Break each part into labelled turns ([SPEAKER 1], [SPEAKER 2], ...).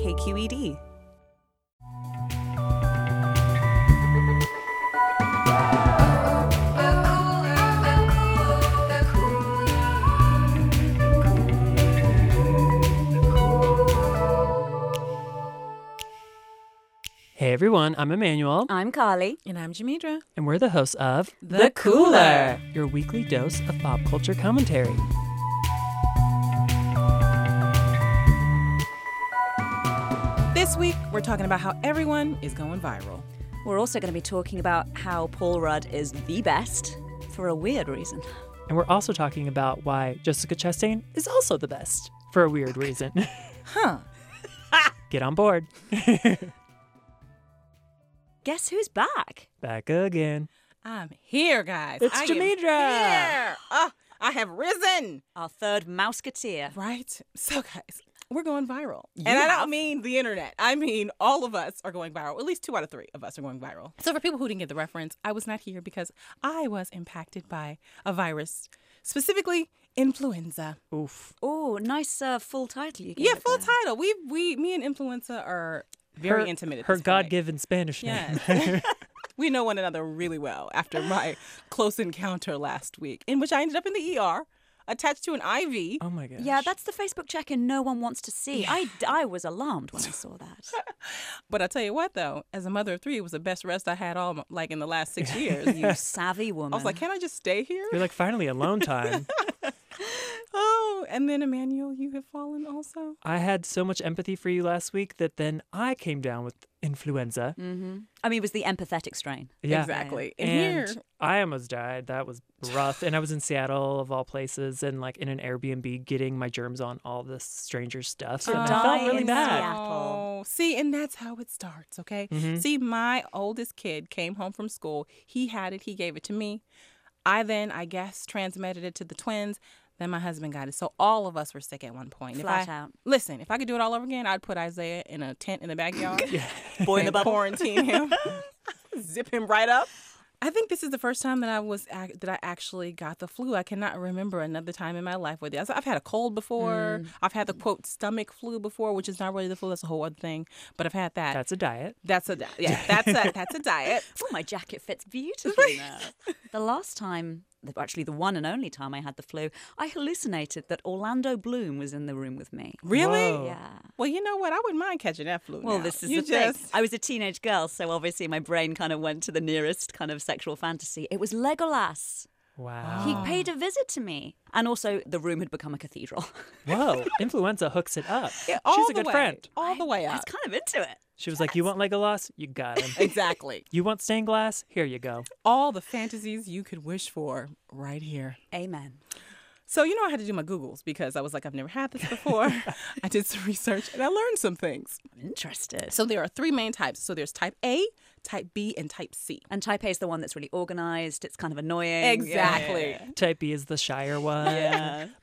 [SPEAKER 1] E
[SPEAKER 2] KQED.
[SPEAKER 3] Hey everyone, I'm Emmanuel,
[SPEAKER 2] I'm Carly.
[SPEAKER 1] And I'm Jamidra.
[SPEAKER 3] and we're the hosts of
[SPEAKER 1] The Cooler.
[SPEAKER 3] your weekly dose of pop culture commentary.
[SPEAKER 1] This week, we're talking about how everyone is going viral.
[SPEAKER 2] We're also going to be talking about how Paul Rudd is the best for a weird reason.
[SPEAKER 3] And we're also talking about why Jessica Chastain is also the best for a weird reason.
[SPEAKER 1] Huh.
[SPEAKER 3] Get on board.
[SPEAKER 2] Guess who's back?
[SPEAKER 3] Back again.
[SPEAKER 1] I'm here, guys.
[SPEAKER 3] It's
[SPEAKER 1] I am
[SPEAKER 3] Jamidra.
[SPEAKER 1] Here. Oh, I have risen.
[SPEAKER 2] Our third Mouseketeer.
[SPEAKER 1] Right? So, guys, we're going viral. and I
[SPEAKER 2] have.
[SPEAKER 1] don't mean the internet. I mean all of us are going viral. At least two out of three of us are going viral. So, for people who didn't get the reference, I was not here because I was impacted by a virus, specifically influenza.
[SPEAKER 3] Oof.
[SPEAKER 2] Oh, nice uh, full title you gave
[SPEAKER 1] Yeah,
[SPEAKER 2] it
[SPEAKER 1] full
[SPEAKER 2] there.
[SPEAKER 1] title. We, we, me and influenza are very
[SPEAKER 3] her,
[SPEAKER 1] intimate. At
[SPEAKER 3] Her
[SPEAKER 1] this point.
[SPEAKER 3] God-given Spanish name.
[SPEAKER 1] Yes. we know one another really well after my close encounter last week, in which I ended up in the ER attached to an IV.
[SPEAKER 3] oh my gosh.
[SPEAKER 2] Yeah, that's the Facebook check-in no one wants to see. I, I was alarmed when I saw that.
[SPEAKER 1] But I tell you what, though, as a mother of three, it was the best rest I had all my, like in the last six years. I
[SPEAKER 2] You savvy woman.
[SPEAKER 1] was like, can I just stay here?
[SPEAKER 3] You're like finally alone time.
[SPEAKER 1] Oh, and then Emmanuel, you have fallen also.
[SPEAKER 3] I had so much empathy for you last week that then I came down with influenza.
[SPEAKER 1] Mm,
[SPEAKER 2] I mean, it was the empathetic strain.
[SPEAKER 3] Yeah.
[SPEAKER 1] Exactly. And,
[SPEAKER 3] And
[SPEAKER 1] here,
[SPEAKER 3] I almost died. That was rough. And I was in Seattle, of all places, and like in an Airbnb getting my germs on all this stranger stuff.
[SPEAKER 2] To
[SPEAKER 3] and I
[SPEAKER 2] die
[SPEAKER 3] felt really
[SPEAKER 2] in
[SPEAKER 3] bad.
[SPEAKER 2] Seattle.
[SPEAKER 1] Oh, see, and that's how it starts, okay? See, my oldest kid came home from school. He had it, he gave it to me. I then, I guess, transmitted it to the twins. Then my husband got it. So all of us were sick at one point. If
[SPEAKER 2] Flat
[SPEAKER 1] I-
[SPEAKER 2] out.
[SPEAKER 1] Listen, if I could do it all over again, I'd put Isaiah in a tent in the backyard.
[SPEAKER 2] Boy in the
[SPEAKER 1] and
[SPEAKER 2] bubble.
[SPEAKER 1] quarantine him, zip him right up. I think this is the first time that I was ac- that I actually got the flu. I cannot remember another time in my life where the- I've had a cold before. I've had the quote stomach flu before, which is not really the flu. That's a whole other thing. But I've had that.
[SPEAKER 3] That's a diet.
[SPEAKER 1] That's, a di- yeah. That's a that's a diet.
[SPEAKER 2] Oh, my jacket fits beautifully now. the last time, the- actually the one and only time I had the flu, I hallucinated that Orlando Bloom was in the room with me.
[SPEAKER 1] Really?
[SPEAKER 3] Whoa.
[SPEAKER 2] Yeah.
[SPEAKER 1] Well, you know what? I wouldn't mind catching that flu.
[SPEAKER 2] Well,
[SPEAKER 1] now.
[SPEAKER 2] this is
[SPEAKER 1] you
[SPEAKER 2] the
[SPEAKER 1] just,
[SPEAKER 2] thing. I was a teenage girl, so obviously my brain kind of went to the nearest kind of sexual fantasy. It was Legolas.
[SPEAKER 3] Wow.
[SPEAKER 1] Ah.
[SPEAKER 2] He paid a visit to me. And also, the room had become a cathedral.
[SPEAKER 3] Whoa. Influenza hooks it up.
[SPEAKER 1] all
[SPEAKER 3] She's a
[SPEAKER 1] the
[SPEAKER 3] good
[SPEAKER 1] way-
[SPEAKER 3] friend.
[SPEAKER 1] All the way
[SPEAKER 2] I was
[SPEAKER 1] up.
[SPEAKER 2] kind of into it.
[SPEAKER 3] She was like, You want Legolas? You got him.
[SPEAKER 1] Exactly.
[SPEAKER 3] you want stained glass? Here you go.
[SPEAKER 1] All the fantasies you could wish for, right here.
[SPEAKER 2] Amen.
[SPEAKER 1] So, you know, I had to do my Googles because I was like, I've never had this before. I did some research and I learned some things.
[SPEAKER 2] I'm interested.
[SPEAKER 1] So, there are three main types. So, there's type A, type B, and type C.
[SPEAKER 2] And Taipei is the one that's really organized. It's kind of annoying.
[SPEAKER 1] Exactly.
[SPEAKER 3] Type B is the Shire one.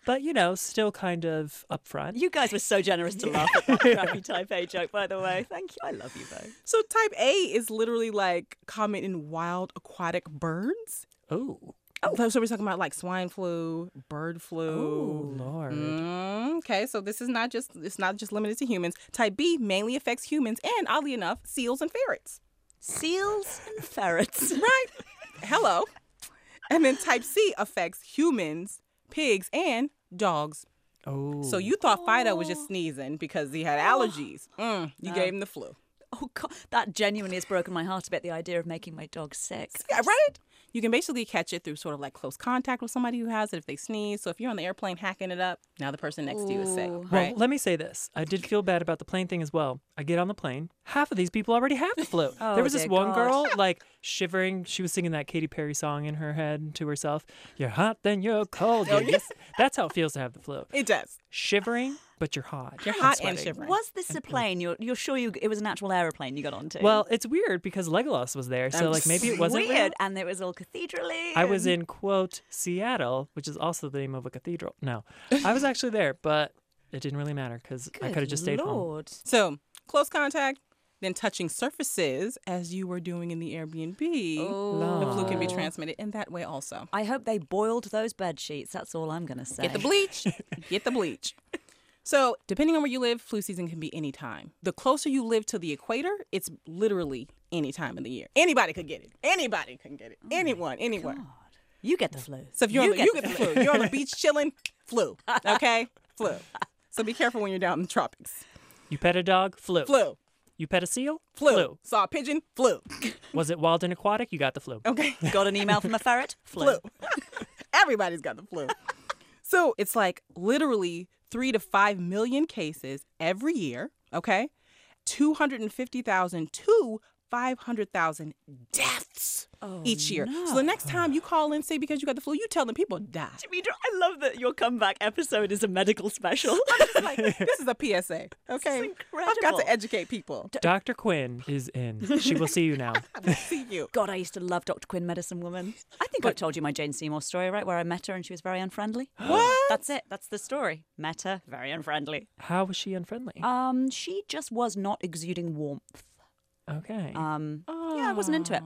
[SPEAKER 3] But, you know, still kind of upfront.
[SPEAKER 2] You guys were so generous to laugh at that crappy type A joke, by the way. Thank you. I love you both.
[SPEAKER 1] So, type A is literally like common in wild aquatic birds.
[SPEAKER 3] Oh,
[SPEAKER 1] Oh. So, we're talking about like swine flu, bird flu.
[SPEAKER 3] Lord.
[SPEAKER 1] Mm, okay, so this is not just it's not just limited to humans. Type B mainly affects humans and oddly enough, seals and ferrets.
[SPEAKER 2] Seals and ferrets.
[SPEAKER 1] Right. Hello. And then type C affects humans, pigs, and dogs.
[SPEAKER 3] Oh.
[SPEAKER 1] So you thought Fido was just sneezing because he had allergies. Mm, you gave him the flu.
[SPEAKER 2] Oh God, that genuinely has broken my heart a bit. The idea of making my dog sick.
[SPEAKER 1] Yeah, right? You can basically catch it through sort of like close contact with somebody who has it if they sneeze. So if you're on the airplane hacking it up, now the person next to you is sick.
[SPEAKER 2] Ooh.
[SPEAKER 3] Well,
[SPEAKER 1] Right?
[SPEAKER 3] let me say this. I did feel bad about the plane thing as well. I get on the plane. Half of these people already have the flu.
[SPEAKER 2] Oh,
[SPEAKER 3] there was this
[SPEAKER 2] dear
[SPEAKER 3] one
[SPEAKER 2] God.
[SPEAKER 3] girl, like, shivering. She was singing that Katy Perry song in her head to herself. You're hot, then you're cold. You're this- That's how it feels to have the flu.
[SPEAKER 1] Oh, it does.
[SPEAKER 3] Shivering, but you're hot.
[SPEAKER 1] You're hot and
[SPEAKER 3] sweating.
[SPEAKER 1] shivering.
[SPEAKER 2] Was this a plane? You're, you're sure you, it was an actual aeroplane you got onto?
[SPEAKER 3] Well, it's weird because Legolas was there, so
[SPEAKER 1] I'm
[SPEAKER 3] like maybe it wasn't
[SPEAKER 2] weird,
[SPEAKER 3] real.
[SPEAKER 2] and it was all cathedraly.
[SPEAKER 3] I was
[SPEAKER 2] and-
[SPEAKER 3] in quote Seattle, which is also the name of a cathedral. No, I was actually there, but it didn't really matter because I
[SPEAKER 2] Good
[SPEAKER 3] could have just stayed home.
[SPEAKER 2] Lord.
[SPEAKER 1] So close contact, then touching surfaces as you were doing in the Airbnb. The flu can be
[SPEAKER 3] Lord.
[SPEAKER 1] transmitted in that way also.
[SPEAKER 2] I hope they boiled those bed sheets. That's all I'm going to say.
[SPEAKER 1] Get the bleach. Get the bleach. So, depending on where you live, flu season can be any time. The closer you live to the equator, it's literally any time of the year. Anybody could get it. Anybody can get it. Anyone, anywhere.
[SPEAKER 2] You get the flu.
[SPEAKER 1] So if you're on the,
[SPEAKER 2] get
[SPEAKER 1] you get the flu. You're on the beach chilling, flu. Okay, flu. So be careful when you're down in the tropics.
[SPEAKER 3] You pet a dog, flu.
[SPEAKER 1] Flu,
[SPEAKER 3] You pet a seal,
[SPEAKER 1] flu. Saw a pigeon, flu.
[SPEAKER 3] Was it wild and aquatic? You got the flu.
[SPEAKER 1] Okay,
[SPEAKER 2] Got an email from a ferret? Flu.
[SPEAKER 1] flu. Everybody's got the flu. So it's like literally three to five million cases every year. Okay, two hundred and fifty thousand to five hundred thousand deaths each year. So the next time you call in, say because you got the flu, you tell them people die.
[SPEAKER 2] We do- I love that your comeback episode is a medical special.
[SPEAKER 1] It's like this is a PSA. Okay, I've got
[SPEAKER 2] incredible.
[SPEAKER 1] to educate people.
[SPEAKER 3] Dr. Quinn is in. She will see you now.
[SPEAKER 1] See you.
[SPEAKER 2] God, I used to love Dr. Quinn, Medicine Woman. I think I told you my Jane Seymour story, right? Where I met her and she was very unfriendly.
[SPEAKER 1] What?
[SPEAKER 2] That's it. That's the story. Met her, very unfriendly.
[SPEAKER 3] How was she unfriendly?
[SPEAKER 1] Uh,
[SPEAKER 2] Um, she just was not exuding warmth.
[SPEAKER 3] Okay.
[SPEAKER 1] uh,
[SPEAKER 2] Um, yeah, I wasn't into it.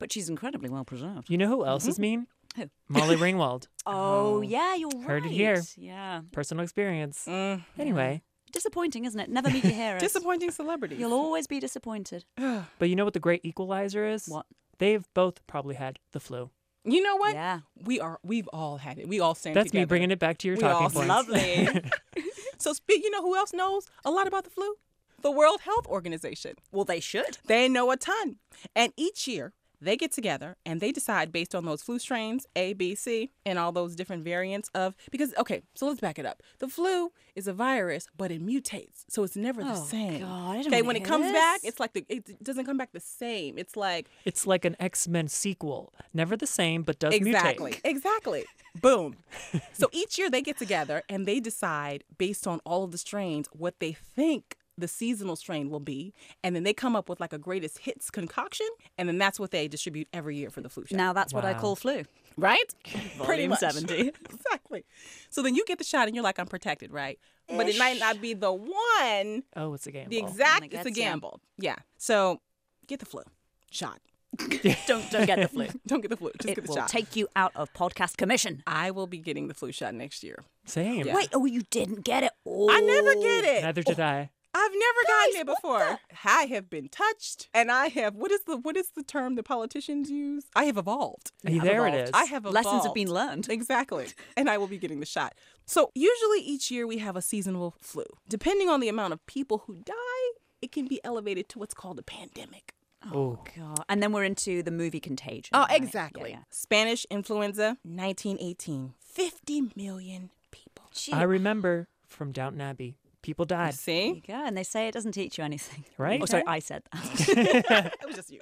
[SPEAKER 2] But she's incredibly well preserved.
[SPEAKER 3] you know who else
[SPEAKER 1] mm-hmm.
[SPEAKER 3] is mean?
[SPEAKER 2] Who?
[SPEAKER 3] Molly Ringwald.
[SPEAKER 2] Oh, yeah, you're
[SPEAKER 3] Heard
[SPEAKER 2] right.
[SPEAKER 3] it here.
[SPEAKER 2] Yeah.
[SPEAKER 3] Personal experience.
[SPEAKER 1] Mm.
[SPEAKER 3] Anyway,
[SPEAKER 2] Disappointing, isn't it? Never meet your heroes.
[SPEAKER 1] Disappointing celebrities.
[SPEAKER 2] You'll always be disappointed.
[SPEAKER 3] but you know what the great equalizer is?
[SPEAKER 2] What?
[SPEAKER 3] They've both probably had the flu.
[SPEAKER 1] You know what?
[SPEAKER 2] Yeah.
[SPEAKER 1] We are. We've all had it. We all stand.
[SPEAKER 3] That's me
[SPEAKER 1] together.
[SPEAKER 3] bringing it back to your
[SPEAKER 1] We
[SPEAKER 3] talking
[SPEAKER 1] all
[SPEAKER 3] points.
[SPEAKER 2] Lovely.
[SPEAKER 1] So speak. You know who else knows a lot about the flu? The World Health Organization.
[SPEAKER 2] well, they should.
[SPEAKER 1] They know a ton. And each year they get together and they decide based on those flu strains A, B, C, and all those different variants of because okay. So let's back it up. The flu is a virus, but it mutates, so it's never the
[SPEAKER 2] Oh,
[SPEAKER 1] same.
[SPEAKER 2] God, I didn't
[SPEAKER 1] okay,
[SPEAKER 2] wanna
[SPEAKER 1] when it
[SPEAKER 2] hear
[SPEAKER 1] comes back,
[SPEAKER 2] this.
[SPEAKER 1] it's like the it doesn't come back the same. It's like
[SPEAKER 3] It's like an X Men sequel. Never the same, but does
[SPEAKER 1] Exactly.
[SPEAKER 3] mutate.
[SPEAKER 1] Exactly. Boom. so each year they get together and they decide based on all of the strains what they think the seasonal strain will be, and then they come up with like a greatest hits concoction, and then that's what they distribute every year for the flu shot.
[SPEAKER 2] Now that's what I
[SPEAKER 3] Wow.
[SPEAKER 2] call flu.
[SPEAKER 1] right? Pretty
[SPEAKER 2] Volume
[SPEAKER 1] much.
[SPEAKER 2] 70.
[SPEAKER 1] exactly. So then you get the shot and you're like, I'm protected, right? But it might not be the one,
[SPEAKER 3] Oh, it's a game.
[SPEAKER 1] the
[SPEAKER 3] ball.
[SPEAKER 1] exact. It's a
[SPEAKER 2] gets ya.
[SPEAKER 1] gamble. Yeah. So get the flu shot.
[SPEAKER 2] don't don't get the flu.
[SPEAKER 1] Don't get the flu. Just
[SPEAKER 2] it
[SPEAKER 1] get the
[SPEAKER 2] will
[SPEAKER 1] shot.
[SPEAKER 2] take you out of podcast commission.
[SPEAKER 1] I will be getting the flu shot next year.
[SPEAKER 3] Same.
[SPEAKER 1] Yeah. Oh.
[SPEAKER 2] Wait, oh, you didn't get it. Oh.
[SPEAKER 1] I never get it.
[SPEAKER 3] Neither did I.
[SPEAKER 1] I've never gotten it before. I have been touched, and I have what is the what is the term that politicians use? I have evolved.
[SPEAKER 3] Hey, there it is.
[SPEAKER 1] I have evolved.
[SPEAKER 2] Lessons have been learned.
[SPEAKER 1] Exactly, and I will be getting the shot. So usually each year we have a seasonal flu. Depending on the amount of people who die, it can be elevated to what's called a pandemic.
[SPEAKER 3] Oh,
[SPEAKER 2] God. And then we're into the movie Contagion.
[SPEAKER 1] Oh,
[SPEAKER 2] right? Yeah,
[SPEAKER 1] exactly.
[SPEAKER 2] yeah.
[SPEAKER 1] Spanish influenza, 1918, 50 million people.
[SPEAKER 2] Gee,
[SPEAKER 3] I remember from Downton Abbey. People died.
[SPEAKER 2] there you
[SPEAKER 1] See,
[SPEAKER 2] go. And they say it doesn't teach you anything.
[SPEAKER 3] Right.
[SPEAKER 2] Oh, sorry, I said that.
[SPEAKER 1] it was just you.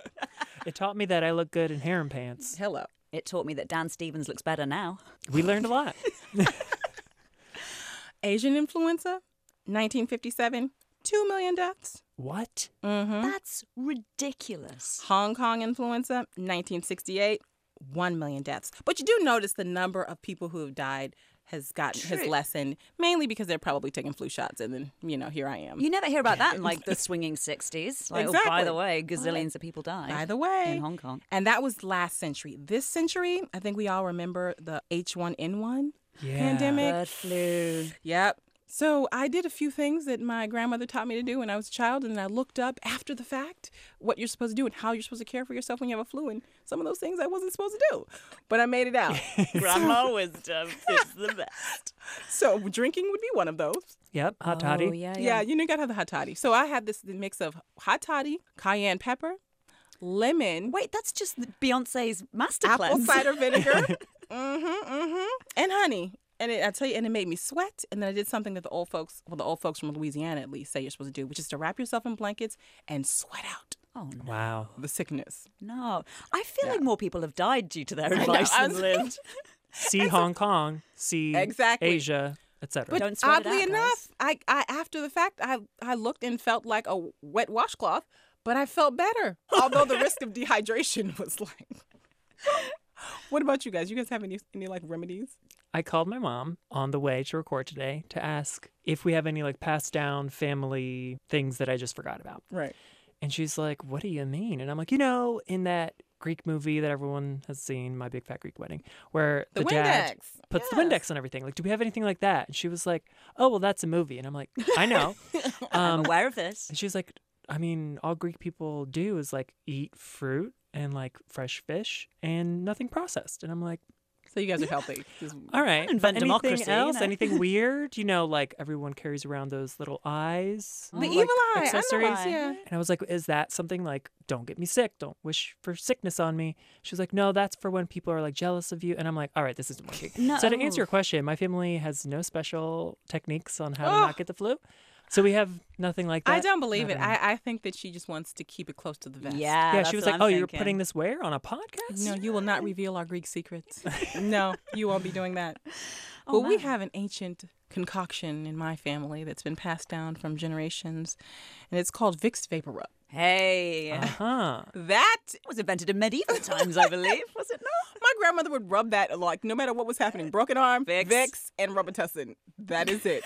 [SPEAKER 3] It taught me that I look good in harem pants.
[SPEAKER 1] Hello.
[SPEAKER 2] it taught me that Dan Stevens looks better now.
[SPEAKER 3] We learned a lot.
[SPEAKER 1] Asian influenza, 1957, 2 million deaths.
[SPEAKER 3] What?
[SPEAKER 1] Mm-hmm.
[SPEAKER 2] That's ridiculous.
[SPEAKER 1] Hong Kong influenza, 1968, 1 million deaths. But you do notice the number of people who have died has gotten has
[SPEAKER 2] True.
[SPEAKER 1] lessened mainly because they're probably taking flu shots and then you know here I am.
[SPEAKER 2] You never hear about that in like the swinging 60s. Like, oh, by
[SPEAKER 1] Exactly.
[SPEAKER 2] the way, gazillions of people died.
[SPEAKER 1] By the way,
[SPEAKER 2] in Hong Kong.
[SPEAKER 1] And that was last century. This century, I think we all remember the H1N1
[SPEAKER 3] Yeah.
[SPEAKER 1] pandemic.
[SPEAKER 2] Bird flu.
[SPEAKER 1] Yep. So I did a few things that my grandmother taught me to do when I was a child, and I looked up after the fact what you're supposed to do and how you're supposed to care for yourself when you have a flu, and some of those things I wasn't supposed to do, but I made it out.
[SPEAKER 2] Grandma wisdom is the best.
[SPEAKER 1] so drinking would be one of those.
[SPEAKER 3] Yep. Hot
[SPEAKER 2] Oh,
[SPEAKER 3] toddy.
[SPEAKER 2] yeah, yeah.
[SPEAKER 1] Yeah, you know, you gotta have the hot toddy. So I had this mix of hot toddy, cayenne pepper, lemon,
[SPEAKER 2] Wait, that's just the- Beyonce's master
[SPEAKER 1] apple
[SPEAKER 2] cleanse.
[SPEAKER 1] cider vinegar, mm-hmm, mm-hmm, and honey. And it, I tell you, and it made me sweat. And then I did something that the old folks, well, the old folks from Louisiana at least, say you're supposed to do, which is to wrap yourself in blankets and sweat out
[SPEAKER 2] Oh no.
[SPEAKER 3] Wow.
[SPEAKER 1] the sickness.
[SPEAKER 2] No, I feel like more people have died due to their advice
[SPEAKER 1] I
[SPEAKER 2] than
[SPEAKER 1] was-
[SPEAKER 2] lived.
[SPEAKER 3] See Hong Kong. See
[SPEAKER 1] Exactly.
[SPEAKER 3] Asia, etc.
[SPEAKER 1] But
[SPEAKER 2] Don't sweat it
[SPEAKER 1] oddly
[SPEAKER 2] out,
[SPEAKER 1] enough, I, I after the fact, I I looked and felt like a wet washcloth, but I felt better. Although the risk of dehydration was like. what about you guys? You guys have any any like remedies?
[SPEAKER 3] I called my mom on the way to record today to ask if we have any like passed down family things that I just forgot about.
[SPEAKER 1] Right.
[SPEAKER 3] And she's like, What do you mean? And I'm like, You know, in that Greek movie that everyone has seen, My Big Fat Greek Wedding, where
[SPEAKER 1] The
[SPEAKER 3] the, dad
[SPEAKER 1] Windex.
[SPEAKER 3] puts the
[SPEAKER 1] Yes.
[SPEAKER 3] Windex on everything. Like, do we have anything like that? And she was like, Oh, well, that's a movie. And I'm like, I know.
[SPEAKER 2] I'm
[SPEAKER 3] um,
[SPEAKER 2] aware of this.
[SPEAKER 3] and she's like, I mean, all Greek people do is like eat fruit and like fresh fish and nothing processed. And I'm like,
[SPEAKER 1] So you guys are healthy. Just-
[SPEAKER 3] all right.
[SPEAKER 2] invent
[SPEAKER 3] but anything
[SPEAKER 2] democracy, you
[SPEAKER 3] else?
[SPEAKER 2] know?
[SPEAKER 3] Anything weird? You know, like everyone carries around those little eyes.
[SPEAKER 2] The
[SPEAKER 1] the
[SPEAKER 3] like,
[SPEAKER 1] evil eye
[SPEAKER 3] accessories.
[SPEAKER 1] I know, yeah.
[SPEAKER 3] And I was like, is that something like, don't get me sick, don't wish for sickness on me? She was like, no, that's for when people are like jealous of you. And I'm like, all right, this isn't working.
[SPEAKER 2] No.
[SPEAKER 3] So to answer your question, my family has no special techniques on how to
[SPEAKER 1] Ugh.
[SPEAKER 3] not get the flu. So we have nothing like that.
[SPEAKER 1] I don't believe it.
[SPEAKER 3] don't know.
[SPEAKER 1] I, I think that she just wants to keep it close to the vest.
[SPEAKER 2] Yeah,
[SPEAKER 3] yeah,
[SPEAKER 2] that's
[SPEAKER 3] she was
[SPEAKER 2] what
[SPEAKER 3] like,
[SPEAKER 2] I'm
[SPEAKER 3] oh, you're
[SPEAKER 2] thinking.
[SPEAKER 3] putting this where on a podcast?
[SPEAKER 1] No, you will not reveal our Greek secrets. no, you won't be doing that.
[SPEAKER 2] Oh,
[SPEAKER 1] well, we
[SPEAKER 2] man.
[SPEAKER 1] have an ancient concoction in my family that's been passed down from generations, and it's called Vicks Vapor Rub.
[SPEAKER 2] Hey,
[SPEAKER 3] Uh huh.
[SPEAKER 1] That
[SPEAKER 2] it was invented in medieval times, I believe, was it not?
[SPEAKER 1] my grandmother would rub that like no matter what was happening, broken arm,
[SPEAKER 2] Vicks.
[SPEAKER 1] Vicks, and Robitussin. That is it.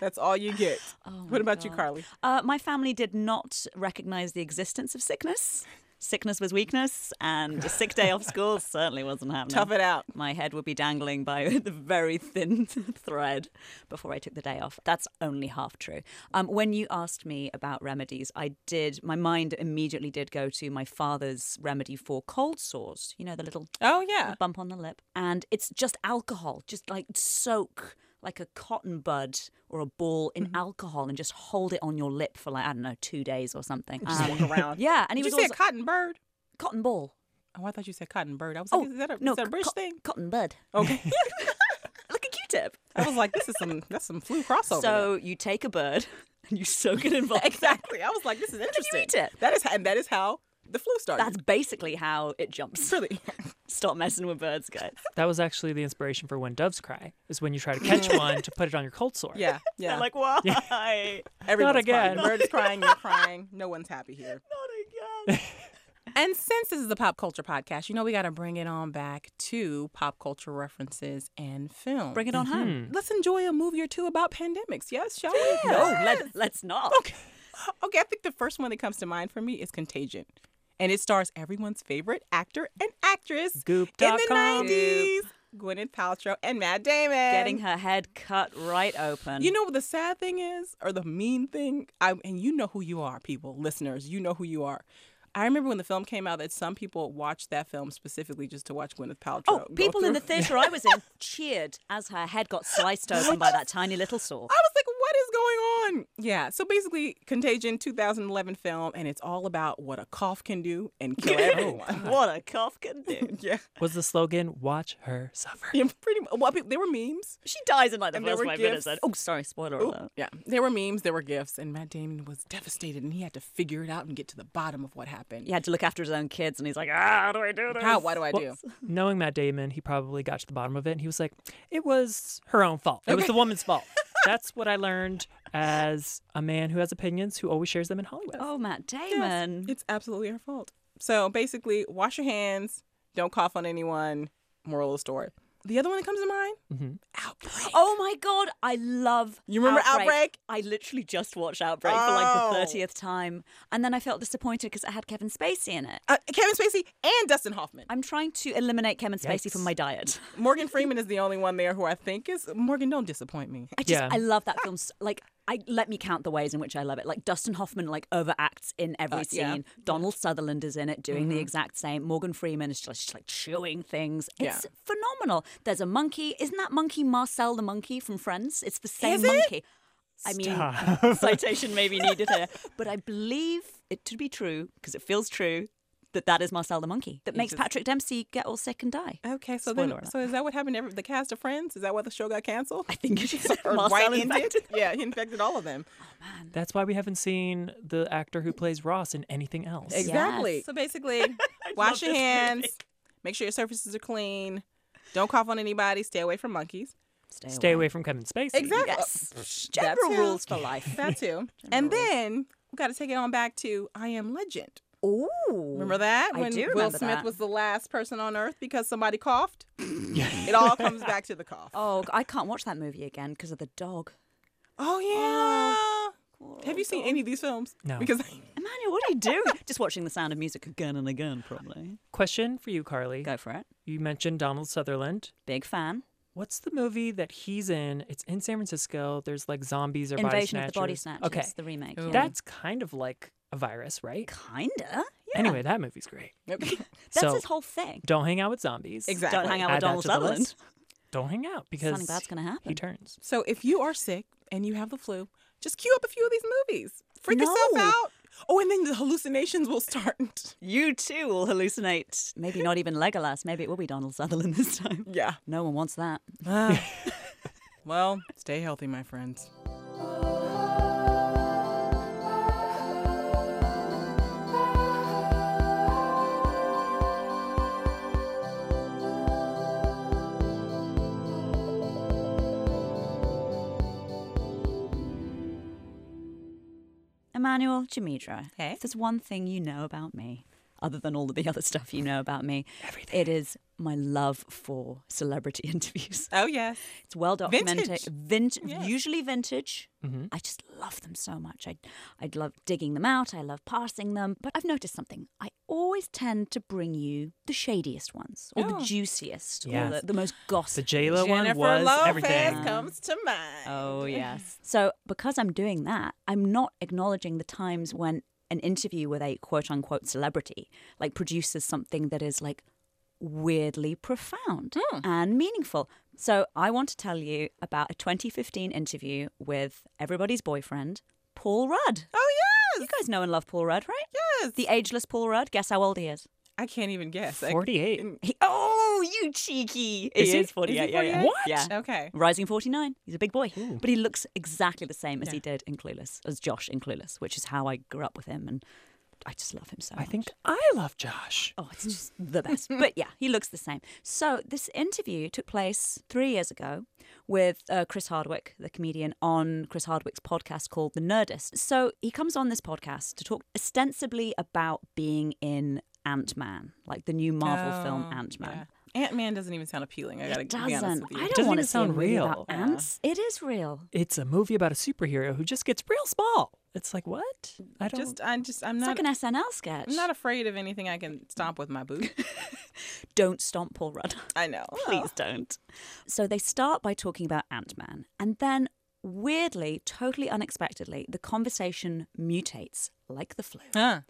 [SPEAKER 1] that's all you get.
[SPEAKER 2] Oh my
[SPEAKER 1] what about you,
[SPEAKER 2] God.
[SPEAKER 1] Carly?
[SPEAKER 2] Uh, my family did not recognize the existence of sickness. Sickness was weakness, and a sick day off school certainly wasn't happening.
[SPEAKER 1] Tough it out.
[SPEAKER 2] My head would be dangling by the very thin thread before I took the day off. That's only half true. Um, when you asked me about remedies, I did, my mind immediately did go to my father's remedy for cold sores, you know, the little
[SPEAKER 1] Oh yeah.
[SPEAKER 2] a bump on the lip. And it's just alcohol. Just like soak like a cotton bud or a ball in alcohol and just hold it on your lip for like, I don't know, two days or something.
[SPEAKER 1] Just
[SPEAKER 2] Um,
[SPEAKER 1] walk around.
[SPEAKER 2] yeah. And he
[SPEAKER 1] Did you
[SPEAKER 2] was
[SPEAKER 1] say a
[SPEAKER 2] also
[SPEAKER 1] cotton bird?
[SPEAKER 2] cotton ball.
[SPEAKER 1] Oh, I thought you said cotton bird. I was like,
[SPEAKER 2] Oh,
[SPEAKER 1] is that a,
[SPEAKER 2] no,
[SPEAKER 1] is that a British
[SPEAKER 2] co-
[SPEAKER 1] thing?
[SPEAKER 2] Cotton bud.
[SPEAKER 1] Okay.
[SPEAKER 2] Like a Q tip.
[SPEAKER 1] I was like, this is some that's some flu crossover.
[SPEAKER 2] So you take a bird and you soak it in
[SPEAKER 1] there.
[SPEAKER 2] vodka.
[SPEAKER 1] exactly. I was like, this is
[SPEAKER 2] then you
[SPEAKER 1] interesting.
[SPEAKER 2] eat it.
[SPEAKER 1] That is and that is how the flu started.
[SPEAKER 2] That's basically how it jumps.
[SPEAKER 1] really
[SPEAKER 2] Stop messing with birds, guys.
[SPEAKER 3] That was actually the inspiration for When Doves Cry, is when you try to catch one to put it on your cold sore.
[SPEAKER 1] yeah yeah.
[SPEAKER 2] They're like, why? Not
[SPEAKER 1] Everyone's
[SPEAKER 3] again.
[SPEAKER 1] Crying. The bird is crying. You're crying. No one's happy here.
[SPEAKER 2] again.
[SPEAKER 1] And since this is a pop culture podcast, you know we got to bring it on back to pop culture references and film.
[SPEAKER 2] Bring it on home.
[SPEAKER 1] Let's enjoy a movie or two about pandemics. Yes, shall we?
[SPEAKER 2] No, let, let's not.
[SPEAKER 1] Okay, I think the first one that comes to mind for me is Contagion. And it stars everyone's favorite actor and actress in
[SPEAKER 3] Goop.com.
[SPEAKER 1] the 90s, Gwyneth Paltrow and Matt Damon.
[SPEAKER 2] Getting her head cut right open.
[SPEAKER 1] You know what the sad thing is, or the mean thing, I, and you know who you are, people, listeners. You know who you are. I remember when the film came out that some people watched that film specifically just to watch Gwyneth Paltrow.
[SPEAKER 2] Oh,
[SPEAKER 1] go
[SPEAKER 2] people in the
[SPEAKER 1] through-
[SPEAKER 2] theatre I was in cheered as her head got sliced open by that tiny little saw.
[SPEAKER 1] I was like, what is going on? Yeah. So basically, Contagion 2011 film, and it's all about what a cough can do and kill everyone.
[SPEAKER 2] What a cough can do.
[SPEAKER 1] yeah.
[SPEAKER 3] Was the slogan, watch her suffer.
[SPEAKER 1] yeah. Pretty much. Well, pe- there were memes.
[SPEAKER 2] She dies in like the
[SPEAKER 1] And there
[SPEAKER 2] first
[SPEAKER 1] were
[SPEAKER 2] five minutes.
[SPEAKER 1] gifts.
[SPEAKER 2] Oh, sorry, spoiler alert.
[SPEAKER 1] Yeah. There were memes, there were gifts, and Matt Damon was devastated and he had to figure it out and get to the bottom of what happened.
[SPEAKER 2] He had to look after his own kids, and he's like, ah, how do I do this?
[SPEAKER 1] How? Why do I do?
[SPEAKER 3] Well, knowing Matt Damon, he probably got to the bottom of it and he was like, it was her own fault. It was the woman's fault. That's what I learned as a man who has opinions who always shares them in Hollywood.
[SPEAKER 2] Oh, Matt
[SPEAKER 1] Yes,
[SPEAKER 2] Damon.
[SPEAKER 1] It's absolutely her fault. So basically, wash your hands, don't cough on anyone. Moral of the story. The other one that comes to mind, outbreak.
[SPEAKER 2] Oh my god, I love
[SPEAKER 1] You remember Outbreak?
[SPEAKER 2] I literally just watched Outbreak for like the
[SPEAKER 1] Oh.
[SPEAKER 2] thirtieth time, and then I felt disappointed because it had Kevin Spacey in it.
[SPEAKER 1] Uh, Kevin Spacey and Dustin Hoffman.
[SPEAKER 2] I'm trying to eliminate Kevin Spacey from
[SPEAKER 3] Yikes.
[SPEAKER 2] my diet.
[SPEAKER 1] Morgan Freeman is the only one there who I think is Morgan. Don't disappoint me.
[SPEAKER 2] I just
[SPEAKER 3] Yeah.
[SPEAKER 2] I love that film. s- Like I let me count the ways in which I love it. Like Dustin Hoffman like overacts in every
[SPEAKER 1] Uh,
[SPEAKER 2] scene.
[SPEAKER 1] yeah. Mm-hmm.
[SPEAKER 2] Donald Sutherland is in it doing the exact same. Morgan Freeman is just, just, like chewing things. It's
[SPEAKER 1] Yeah.
[SPEAKER 2] phenomenal. There's a monkey. Isn't that monkey Marcel the monkey from Friends? It's the same
[SPEAKER 1] Is it?
[SPEAKER 2] monkey. I mean, citation may be needed here, but I believe it to be true because it feels true that that is Marcel the monkey that makes
[SPEAKER 1] just-
[SPEAKER 2] Patrick Dempsey get all sick and die.
[SPEAKER 1] Okay, so
[SPEAKER 2] Spoiler
[SPEAKER 1] then,
[SPEAKER 2] alert.
[SPEAKER 1] so is that what happened to every- the cast of Friends? Is that why the show got canceled?
[SPEAKER 2] I think it is.
[SPEAKER 1] Or
[SPEAKER 2] Marcel
[SPEAKER 1] White ended?
[SPEAKER 2] infected.
[SPEAKER 1] Yeah, he infected all of them.
[SPEAKER 3] That's why we haven't seen the actor who plays Ross in anything else.
[SPEAKER 1] Exactly.
[SPEAKER 2] Yes.
[SPEAKER 1] So basically, wash your hands, make sure your surfaces are clean, don't cough on anybody, stay away from monkeys.
[SPEAKER 3] Stay away from Kevin Spacey.
[SPEAKER 1] Exactly.
[SPEAKER 2] Yes.
[SPEAKER 1] That
[SPEAKER 2] General
[SPEAKER 1] too.
[SPEAKER 2] rules for life.
[SPEAKER 1] That too. and then we got to take it on back to I Am Legend.
[SPEAKER 2] Ooh.
[SPEAKER 1] Remember that?
[SPEAKER 2] I
[SPEAKER 1] when
[SPEAKER 2] do
[SPEAKER 1] Will
[SPEAKER 2] remember
[SPEAKER 1] Smith
[SPEAKER 2] that.
[SPEAKER 1] was the last person on earth because somebody coughed? it all comes back to the cough. Oh,
[SPEAKER 2] Oh, I can't watch that movie again because of the dog.
[SPEAKER 1] yeah.
[SPEAKER 2] Poor
[SPEAKER 1] Have you
[SPEAKER 2] old
[SPEAKER 1] seen
[SPEAKER 2] dog.
[SPEAKER 1] any of these films?
[SPEAKER 3] No.
[SPEAKER 1] Because
[SPEAKER 2] Imagine Daniel, what are you doing? Just watching The Sound of Music again and again, probably.
[SPEAKER 3] Question for you, Carly.
[SPEAKER 2] Go for it.
[SPEAKER 3] You mentioned Donald Sutherland.
[SPEAKER 2] Big fan.
[SPEAKER 3] What's the movie that he's in? It's in San Francisco. There's like zombies or
[SPEAKER 2] Invasion
[SPEAKER 3] body
[SPEAKER 2] of the Body
[SPEAKER 3] snatchers.
[SPEAKER 2] Snatchers,
[SPEAKER 3] Okay,
[SPEAKER 2] the remake. Yeah.
[SPEAKER 3] that's kind of like a virus, right?
[SPEAKER 2] kinda. Yeah.
[SPEAKER 3] Anyway, that movie's great.
[SPEAKER 2] that's
[SPEAKER 3] so-
[SPEAKER 2] his whole thing.
[SPEAKER 3] Don't hang out with zombies.
[SPEAKER 1] Exactly.
[SPEAKER 2] Don't hang out
[SPEAKER 3] Add
[SPEAKER 2] with
[SPEAKER 3] that
[SPEAKER 2] Donald
[SPEAKER 3] to the
[SPEAKER 2] Sutherland.
[SPEAKER 3] list. Don't hang out because
[SPEAKER 2] Something bad's gonna happen.
[SPEAKER 3] He turns.
[SPEAKER 1] So if you are sick and you have the flu, just cue up a few of these movies. Freak yourself
[SPEAKER 2] No.
[SPEAKER 1] out. Oh, and then the hallucinations will start.
[SPEAKER 2] You too will hallucinate. Maybe not even Legolas. Maybe it will be Donald Sutherland this time.
[SPEAKER 1] Yeah.
[SPEAKER 2] No one wants that.
[SPEAKER 1] Ah. well, stay healthy, my friends.
[SPEAKER 2] Emmanuel Jamidra,
[SPEAKER 1] Hey.
[SPEAKER 2] if there's one thing you know about me, other than all of the other stuff you know about me, it is my love for celebrity interviews.
[SPEAKER 1] Oh, yes.
[SPEAKER 2] It's well documented.
[SPEAKER 1] Vintage.
[SPEAKER 2] Vint-
[SPEAKER 1] Yeah. Mm-hmm.
[SPEAKER 2] Usually vintage. I just love them so much. I, I love digging them out. I love parsing them. But I've noticed something. I always tend to bring you the shadiest ones or the
[SPEAKER 1] Oh.
[SPEAKER 2] juiciest
[SPEAKER 3] Yes.
[SPEAKER 2] or the, the most
[SPEAKER 3] The
[SPEAKER 2] gossip.
[SPEAKER 3] J Lo one
[SPEAKER 1] Jennifer
[SPEAKER 3] was
[SPEAKER 1] Lopez
[SPEAKER 3] everything.
[SPEAKER 1] comes to mind.
[SPEAKER 2] Oh, yes. So, because I'm doing that, I'm not acknowledging the times when an interview with a quote unquote celebrity like produces something that is like weirdly profound and meaningful. So, I want to tell you about a 2015 interview with everybody's boyfriend, Paul Rudd.
[SPEAKER 1] Oh,
[SPEAKER 2] You
[SPEAKER 1] yes.
[SPEAKER 2] guys know and love Paul Rudd, right?
[SPEAKER 1] Yes.
[SPEAKER 2] The ageless Paul Rudd. Guess how old he is?
[SPEAKER 1] I can't even guess. I-
[SPEAKER 3] Forty-eight.
[SPEAKER 2] He, oh, you cheeky.
[SPEAKER 3] Is he?
[SPEAKER 2] is 48.
[SPEAKER 1] Is he
[SPEAKER 2] yeah, yeah.
[SPEAKER 1] 48? What?
[SPEAKER 2] Yeah.
[SPEAKER 1] Okay.
[SPEAKER 2] Rising 49. He's a big boy. But he looks exactly the same as he did in Clueless, as Josh in Clueless, which is how I grew up with him. And I just love him so
[SPEAKER 3] I
[SPEAKER 2] much.
[SPEAKER 3] think I love Josh.
[SPEAKER 2] Oh, it's just the best. But yeah, he looks the same. So this interview took place three years ago with uh, Chris Hardwick, the comedian, on Chris Hardwick's podcast called The Nerdist. So he comes on this podcast to talk ostensibly about being in Ant Man, like the new Marvel film Ant Man.
[SPEAKER 1] Ant Man Um, doesn't even sound appealing. I gotta
[SPEAKER 2] It
[SPEAKER 1] Oh, be
[SPEAKER 2] doesn't.
[SPEAKER 1] honest with
[SPEAKER 2] I
[SPEAKER 1] you.
[SPEAKER 2] don't
[SPEAKER 3] Doesn't
[SPEAKER 2] want
[SPEAKER 3] even
[SPEAKER 2] to
[SPEAKER 3] sound
[SPEAKER 2] real. About
[SPEAKER 3] real.
[SPEAKER 1] Yeah.
[SPEAKER 2] ants. It is real.
[SPEAKER 3] It's a movie about a superhero who just gets real small. It's like what? I don't.
[SPEAKER 1] Just, I just, I'm
[SPEAKER 2] It's
[SPEAKER 1] not.
[SPEAKER 2] like an SNL sketch.
[SPEAKER 1] I'm not afraid of anything I can stomp with my boot.
[SPEAKER 2] don't stomp Paul Rudd.
[SPEAKER 1] I know.
[SPEAKER 2] Please don't. So they start by talking about Ant Man, and then weirdly, totally unexpectedly, the conversation mutates like the flu
[SPEAKER 1] Huh.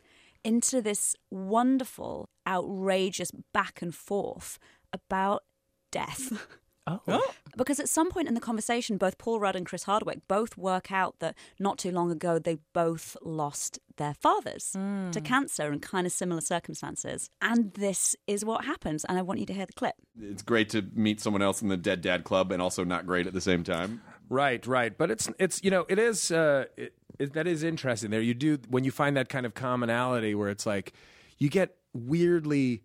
[SPEAKER 2] into this wonderful, outrageous back and forth about death.
[SPEAKER 3] oh.
[SPEAKER 2] Because at some point in the conversation, both Paul Rudd and Chris Hardwick both work out that not too long ago they both lost their fathers to cancer in kind of similar circumstances. And this is what happens. And I want you to hear the clip.
[SPEAKER 4] it's great to meet someone else in the Dead Dad Club and also not great at the same time.
[SPEAKER 5] Right, right. But it's it's you know it is uh, it, it, that is interesting. There you do when you find that kind of commonality where it's like you get weirdly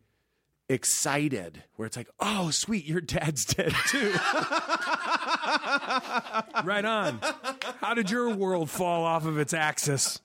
[SPEAKER 5] excited where it's like oh sweet your dad's dead too right on how did your world fall off of its axis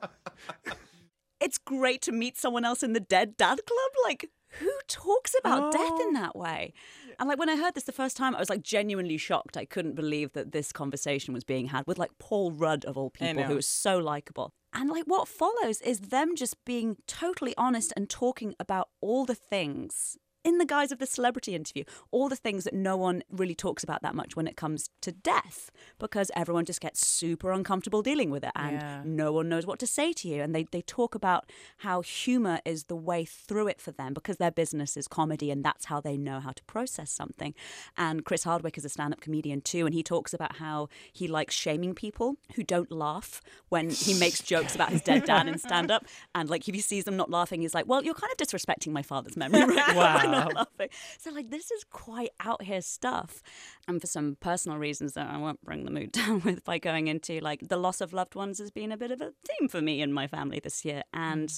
[SPEAKER 2] It's great to meet someone else in the Dead Dad Club. Like, who talks about death in that way? And like, when I heard this the first time, I was like genuinely shocked. I couldn't believe that this conversation was being had with like Paul Rudd, of all people, who
[SPEAKER 1] know.
[SPEAKER 2] is so likable. And like, what follows is them just being totally honest and talking about all the things. In the guise of the celebrity interview, all the things that no one really talks about that much when it comes to death, because everyone just gets super uncomfortable dealing with it and
[SPEAKER 1] Yeah.
[SPEAKER 2] no one knows what to say to you. And they, they talk about how humor is the way through it for them because their business is comedy and that's how they know how to process something. And Chris Hardwick is a stand up comedian too, and he talks about how he likes shaming people who don't laugh when he makes jokes about his dead dad in stand up. And like if he sees them not laughing, he's like, Well, you're kind of disrespecting my father's memory right now by not laughing. So like this is quite out here stuff. And for some personal reasons that I won't bring the mood down with by going into like the loss of loved ones has been a bit of a theme for me and my family this year. And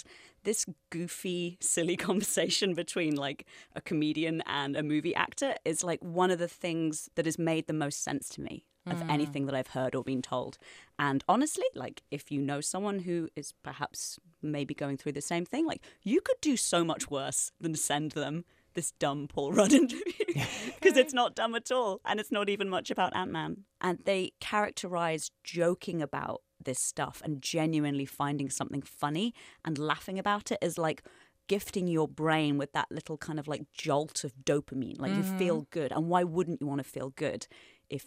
[SPEAKER 2] this goofy, silly conversation between like a comedian and a movie actor is like one of the things that has made the most sense to me of anything that I've heard or been told. And honestly, like if you know someone who is perhaps maybe going through the same thing, like you could do so much worse than send them this dumb Paul Rudd interview because it's not dumb at all and it's not even much about Ant Man. And they characterize joking about this stuff and genuinely finding something funny and laughing about it is like gifting your brain with that little kind of like jolt of dopamine. Like you feel good. And why wouldn't you want to feel good if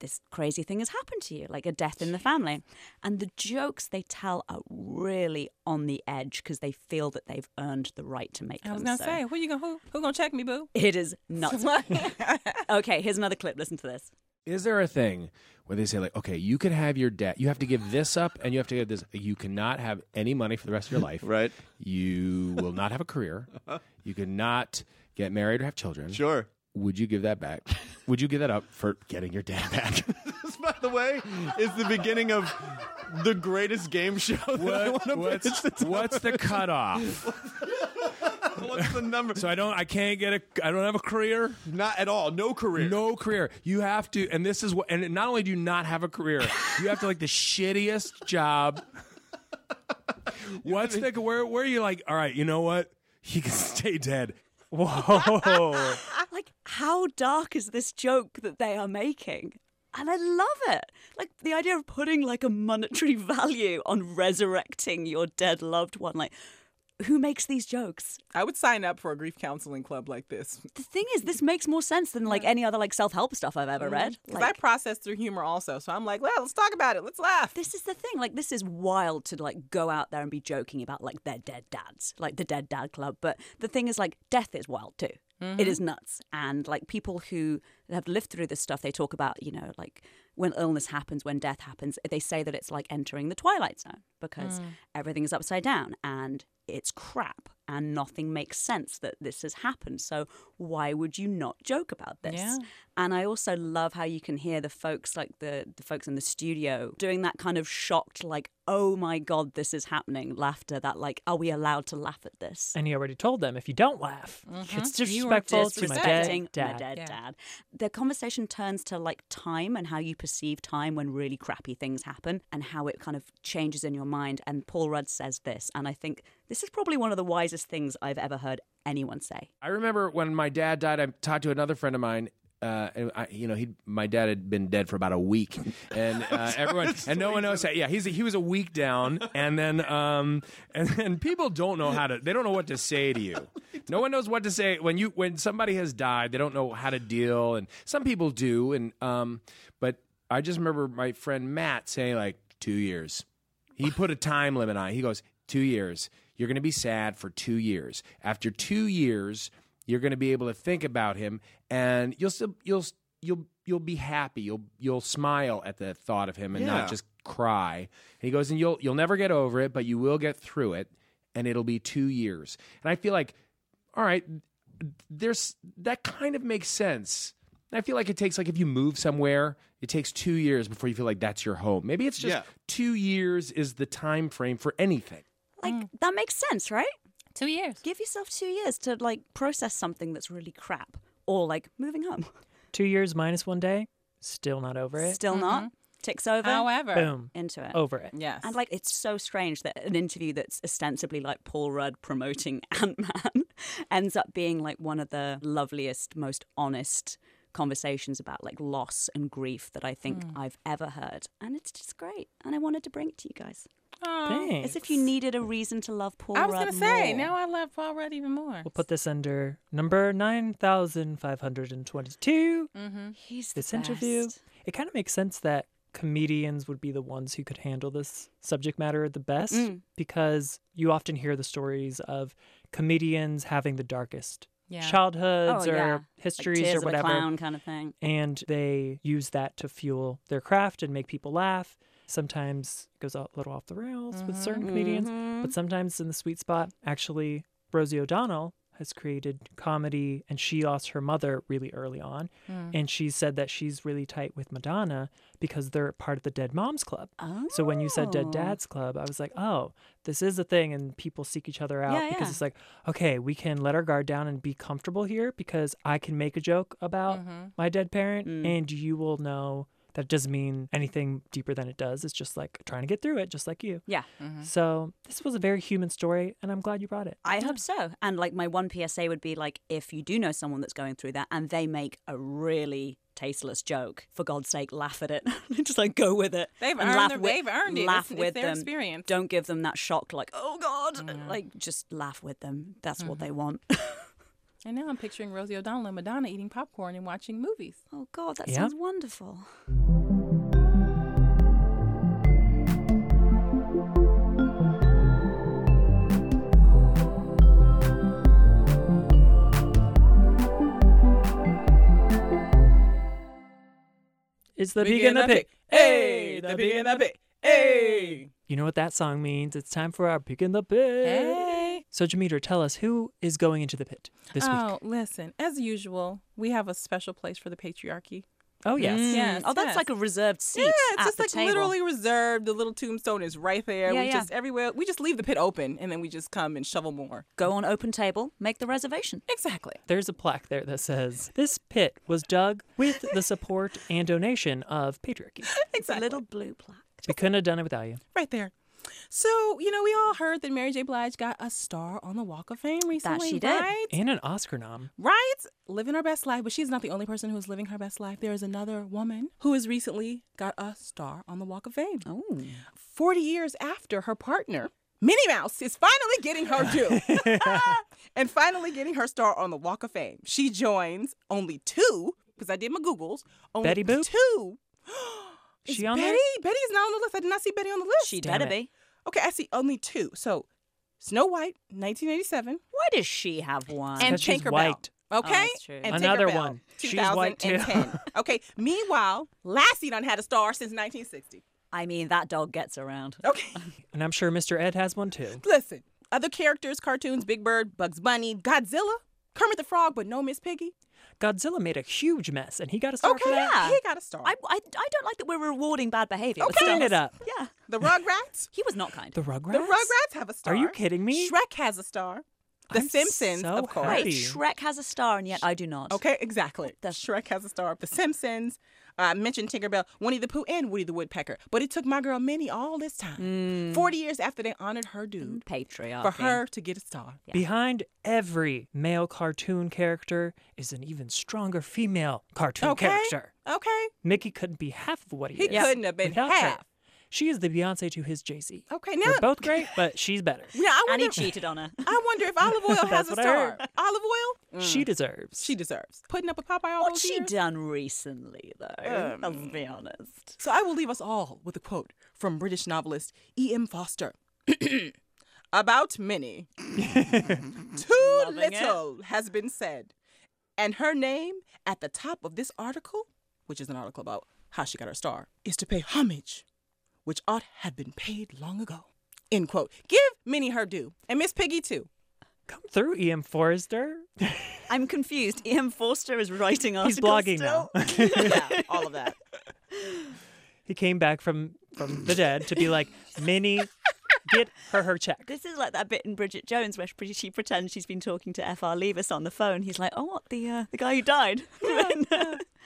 [SPEAKER 2] this crazy thing has happened to you, like a death in the family? And the jokes they tell are really on the edge because they feel that they've earned the right to make
[SPEAKER 1] I
[SPEAKER 2] them.
[SPEAKER 1] was gonna
[SPEAKER 2] so.
[SPEAKER 1] say, who you gonna who, who gonna check me, boo?
[SPEAKER 2] It is nuts. okay, here's another clip. Listen to this.
[SPEAKER 5] Is there a thing where they say like, okay, you could have your debt, you have to give this up, and you have to give this. You cannot have any money for the rest of your life.
[SPEAKER 4] Right.
[SPEAKER 5] You will not have a career. You cannot get married or have children.
[SPEAKER 4] Sure.
[SPEAKER 5] Would you give that back? Would you give that up for getting your debt back?
[SPEAKER 4] This, by the way, is the beginning of the greatest game show. That I want to pitch.
[SPEAKER 5] what's, what's the cutoff?
[SPEAKER 4] What's the number?
[SPEAKER 5] So I don't. I can't get a. I don't have a career.
[SPEAKER 4] Not at all. No career.
[SPEAKER 5] No career. You have to, and this is what. And not only do you not have a career, you have to like the shittiest job. What's the where? Where are you like? All right, you know what? He can stay dead.
[SPEAKER 3] Whoa.
[SPEAKER 2] Like, how dark is this joke that they are making? And I love it. Like the idea of putting like a monetary value on resurrecting your dead loved one. Like, who makes these jokes?
[SPEAKER 1] I would sign up for a grief counseling club like this.
[SPEAKER 2] The thing is, this makes more sense than like any other like self help stuff I've ever read.
[SPEAKER 1] 'Cause
[SPEAKER 2] Like,
[SPEAKER 1] I process through humor also, so I'm like, well, let's talk about it. Let's laugh.
[SPEAKER 2] this is the thing. Like, this is wild to like go out there and be joking about like their dead dads, like the dead dad club. But the thing is, like, death is wild too. It is nuts. And like people who have lived through this stuff, they talk about, you know, like when illness happens, when death happens, they say that it's like entering the twilight zone because everything is upside down and it's crap and nothing makes sense that this has happened. So why would you not joke about this?
[SPEAKER 1] Yeah.
[SPEAKER 2] And I also love how you can hear the folks like the the folks in the studio doing that kind of shocked like oh my god this is happening laughter that like are we allowed to laugh at this?
[SPEAKER 3] and he already told them if you don't laugh, it's
[SPEAKER 2] Mm-hmm. You are
[SPEAKER 3] disrespectful to my
[SPEAKER 2] disrespecting
[SPEAKER 3] dead dad.
[SPEAKER 2] my dead
[SPEAKER 1] Yeah.
[SPEAKER 2] dad. The conversation turns to like time and how you perceive time when really crappy things happen and how it kind of changes in your mind. And Paul Rudd says this, and I think this is probably one of the wisest things I've ever heard anyone say.
[SPEAKER 5] I remember when my dad died. I talked to another friend of mine. Uh, and I, you know, he my dad had been dead for about a week, and uh, everyone and no one knows that. Yeah, he's he was a week down, and then um, and, and people don't know how to. They don't know what to say to you. No one knows what to say when you when somebody has died. They don't know how to deal, and some people do, and um, but I just remember my friend Matt saying like two years. He put a time limit on. it. He goes, two years. You're going to be sad for two years. After two years, you're going to be able to think about him, and you'll still you'll you'll you'll be happy. You'll you'll smile at the thought of him and
[SPEAKER 4] Yeah.
[SPEAKER 5] not just cry. And he goes, and you'll you'll never get over it, but you will get through it, and it'll be two years. And I feel like, all right, there's that kind of makes sense. And I feel like it takes like if you move somewhere, it takes two years before you feel like that's your home. Maybe it's just
[SPEAKER 4] Yeah.
[SPEAKER 5] two years is the time frame for anything.
[SPEAKER 2] Like that makes sense, right?
[SPEAKER 1] Mm. Two years.
[SPEAKER 2] Give yourself two years to like process something that's really crap or like moving on.
[SPEAKER 3] Two years minus one day, still not over it.
[SPEAKER 2] Still not.
[SPEAKER 1] Mm-hmm.
[SPEAKER 2] Ticks over.
[SPEAKER 1] However,
[SPEAKER 3] Boom.
[SPEAKER 2] into it.
[SPEAKER 3] Over it.
[SPEAKER 1] yes,
[SPEAKER 2] And like, it's so strange that an interview that's ostensibly like Paul Rudd promoting Ant Man ends up being like one of the loveliest, most honest conversations about like loss and grief that I think
[SPEAKER 1] Mm.
[SPEAKER 2] I've ever heard. And it's just great. And I wanted to bring it to you guys.
[SPEAKER 3] Thanks.
[SPEAKER 2] As if you needed a reason to love Paul
[SPEAKER 1] I
[SPEAKER 2] Rudd.
[SPEAKER 1] was gonna say,
[SPEAKER 2] more.
[SPEAKER 1] now I love Paul Rudd even more.
[SPEAKER 3] We'll put this under number 9,522.
[SPEAKER 2] Mm, He's the
[SPEAKER 3] This interview.
[SPEAKER 2] best.
[SPEAKER 3] It kind of makes sense that comedians would be the ones who could handle this subject matter the best
[SPEAKER 2] Mm.
[SPEAKER 3] because you often hear the stories of comedians having the darkest
[SPEAKER 1] Yeah.
[SPEAKER 3] childhoods
[SPEAKER 2] Oh,
[SPEAKER 3] or
[SPEAKER 2] yeah.
[SPEAKER 3] histories
[SPEAKER 2] like Tears
[SPEAKER 3] or
[SPEAKER 2] Of a
[SPEAKER 3] whatever.
[SPEAKER 2] clown kind of thing.
[SPEAKER 3] and they use that to fuel their craft and make people laugh. Sometimes it goes a little off the rails with certain comedians, but sometimes in the sweet spot, actually, Rosie O'Donnell has created comedy and she lost her mother really early on. And she said that she's really tight with Madonna because they're part of the Dead Moms Club. So when you said
[SPEAKER 2] Oh.
[SPEAKER 3] Dead Dads Club, I was like, oh, this is a thing, and people seek each other out
[SPEAKER 2] Yeah,
[SPEAKER 3] because
[SPEAKER 2] yeah.
[SPEAKER 3] it's like, okay, we can let our guard down and be comfortable here because I can make a joke about my dead parent, and you will know that it doesn't mean anything deeper than it does. It's just like trying to get through it, just like you.
[SPEAKER 2] Yeah.
[SPEAKER 3] So this was a very human story, and I'm glad you brought it.
[SPEAKER 2] I hope so. And like my one PSA would be like if you do know someone that's going through that and they make a really tasteless joke. For God's sake, laugh at it. Just like go with it.
[SPEAKER 1] They've
[SPEAKER 2] and
[SPEAKER 1] earned
[SPEAKER 2] laugh
[SPEAKER 1] their-
[SPEAKER 2] with,
[SPEAKER 1] they've earned it.
[SPEAKER 2] Laugh
[SPEAKER 1] It's- it's
[SPEAKER 2] with
[SPEAKER 1] their
[SPEAKER 2] them.
[SPEAKER 1] experience.
[SPEAKER 2] Don't give them that shock. Like oh God. Like just laugh with them. That's what
[SPEAKER 1] Mm-hmm.
[SPEAKER 2] they want.
[SPEAKER 1] And now I'm picturing Rosie O'Donnell and Madonna eating popcorn and watching movies.
[SPEAKER 2] oh God, that
[SPEAKER 3] Yeah.
[SPEAKER 2] sounds wonderful.
[SPEAKER 3] It's the
[SPEAKER 1] Big
[SPEAKER 3] big and the pig. Hey,
[SPEAKER 1] the big and the pig. Hey.
[SPEAKER 3] You know what that song means? It's time for our pig and the pig.
[SPEAKER 1] Hey.
[SPEAKER 3] So Demeter, tell us who is going into the pit this
[SPEAKER 1] oh,
[SPEAKER 3] week?
[SPEAKER 1] listen, as usual, we have a special place for the patriarchy.
[SPEAKER 3] Oh yes.
[SPEAKER 1] Yes,
[SPEAKER 2] Oh, that's
[SPEAKER 1] yes.
[SPEAKER 2] like a reserved seat.
[SPEAKER 1] Yeah, it's
[SPEAKER 2] at
[SPEAKER 1] just
[SPEAKER 2] the
[SPEAKER 1] like
[SPEAKER 2] table.
[SPEAKER 1] literally reserved. The little tombstone is right there.
[SPEAKER 2] Yeah,
[SPEAKER 1] we
[SPEAKER 2] yeah.
[SPEAKER 1] just everywhere. We just leave the pit open and then we just come and shovel more.
[SPEAKER 2] Go on open table, make the reservation.
[SPEAKER 1] Exactly.
[SPEAKER 3] There's a plaque there that says this pit was dug with the support and donation of patriarchy.
[SPEAKER 2] It's a little blue plaque.
[SPEAKER 3] We couldn't have done it without you.
[SPEAKER 1] Right there. So, you know, we all heard that Mary J. Blige got a star on the Walk of Fame recently.
[SPEAKER 2] she did.
[SPEAKER 1] Right?
[SPEAKER 3] And an Oscar nom.
[SPEAKER 1] Right? Living her best life. But she's not the only person who is living her best life. There is another woman who has recently got a star on the Walk of Fame.
[SPEAKER 2] Oh,
[SPEAKER 1] 40 years after her partner, Minnie Mouse is finally getting her due and finally getting her star on the Walk of Fame. She joins only two, because I did my Googles, only
[SPEAKER 3] Betty Boop?
[SPEAKER 1] two. Is
[SPEAKER 3] She on
[SPEAKER 1] Betty?
[SPEAKER 3] there?
[SPEAKER 1] Betty's not on the list. I did not see Betty on the list.
[SPEAKER 2] she
[SPEAKER 3] Damn
[SPEAKER 2] better
[SPEAKER 3] it.
[SPEAKER 2] be.
[SPEAKER 1] Okay, I see only two. So Snow White, 1987,
[SPEAKER 2] Why does she have one?
[SPEAKER 1] and
[SPEAKER 3] 'cause she's
[SPEAKER 1] Tinkerbell.
[SPEAKER 3] white.
[SPEAKER 1] Okay,
[SPEAKER 2] Oh, that's true.
[SPEAKER 1] and
[SPEAKER 3] Another
[SPEAKER 1] Tinkerbell,
[SPEAKER 3] one. She's white, too.
[SPEAKER 1] 2010. okay. Meanwhile, Lassie done had a star since 1960.
[SPEAKER 2] I mean, that dog gets around.
[SPEAKER 1] Okay.
[SPEAKER 3] And I'm sure Mr. Ed has one too.
[SPEAKER 1] Listen, other characters, cartoons, Big Bird, Bugs Bunny, Godzilla, Kermit the Frog, but no Miss Piggy.
[SPEAKER 3] Godzilla made a huge mess and he got a star
[SPEAKER 1] okay,
[SPEAKER 3] for that.
[SPEAKER 2] that.
[SPEAKER 1] he got a star.
[SPEAKER 2] I, I, I don't like that we're rewarding bad behavior.
[SPEAKER 3] But Clean it up.
[SPEAKER 2] Yeah,
[SPEAKER 1] the Rugrats.
[SPEAKER 2] he was not kind.
[SPEAKER 3] The Rugrats?
[SPEAKER 1] The Rugrats have a star.
[SPEAKER 3] Are you kidding me?
[SPEAKER 1] Shrek has a star. The
[SPEAKER 3] I'm
[SPEAKER 1] Simpsons,
[SPEAKER 3] so
[SPEAKER 1] of course.
[SPEAKER 2] Wait,
[SPEAKER 3] happy.
[SPEAKER 2] Shrek has a star, and yet I do not.
[SPEAKER 1] Okay, exactly.
[SPEAKER 2] the-
[SPEAKER 1] Shrek has a star. The Simpsons. Uh, I mentioned Tinkerbell, Winnie the Pooh, and Woody the Woodpecker. But it took my girl Minnie all this time.
[SPEAKER 3] Mm.
[SPEAKER 1] 40 years after they honored her dude
[SPEAKER 2] Patriarchy.
[SPEAKER 1] for her to get a star.
[SPEAKER 3] Behind every male cartoon character is an even stronger female cartoon
[SPEAKER 1] Okay.
[SPEAKER 3] character.
[SPEAKER 1] Okay.
[SPEAKER 3] Mickey couldn't be half of what he,
[SPEAKER 1] He
[SPEAKER 3] is.
[SPEAKER 1] couldn't have been
[SPEAKER 3] without her.
[SPEAKER 1] half.
[SPEAKER 3] She is the Beyonce to his Jay Z.
[SPEAKER 1] Okay, now
[SPEAKER 3] They're both great, but she's better.
[SPEAKER 1] now I
[SPEAKER 2] And
[SPEAKER 1] wonder,
[SPEAKER 2] he cheated on her.
[SPEAKER 1] I wonder if olive oil has
[SPEAKER 3] That's
[SPEAKER 1] a
[SPEAKER 3] what I
[SPEAKER 1] star.
[SPEAKER 3] heard.
[SPEAKER 1] Olive oil?
[SPEAKER 3] She deserves.
[SPEAKER 1] she deserves. Putting up with Popeye all
[SPEAKER 2] What's
[SPEAKER 1] those
[SPEAKER 2] she
[SPEAKER 1] years.
[SPEAKER 2] done recently,
[SPEAKER 3] Um,
[SPEAKER 2] though? Let's be honest.
[SPEAKER 1] So I will leave us all with a quote from British novelist E.M. Foster. About Minnie. Too
[SPEAKER 2] Loving it.
[SPEAKER 1] little has been said. And her name at the top of this article, which is an article about how she got her star, is to pay homage, which ought had been paid long ago. End quote. Give Minnie her due. And Miss Piggy too.
[SPEAKER 3] Come through, E.M. Forrester.
[SPEAKER 2] I'm confused. Ian Forster is writing articles
[SPEAKER 3] He's blogging
[SPEAKER 2] still?
[SPEAKER 3] now.
[SPEAKER 1] Yeah, all of that.
[SPEAKER 3] He came back from from the dead to be like, Minnie, get her her check.
[SPEAKER 2] This is like that bit in Bridget Jones where she, she pretends she's been talking to F.R. Leavis on the phone. He's like, "Oh, what the uh, the guy who died?"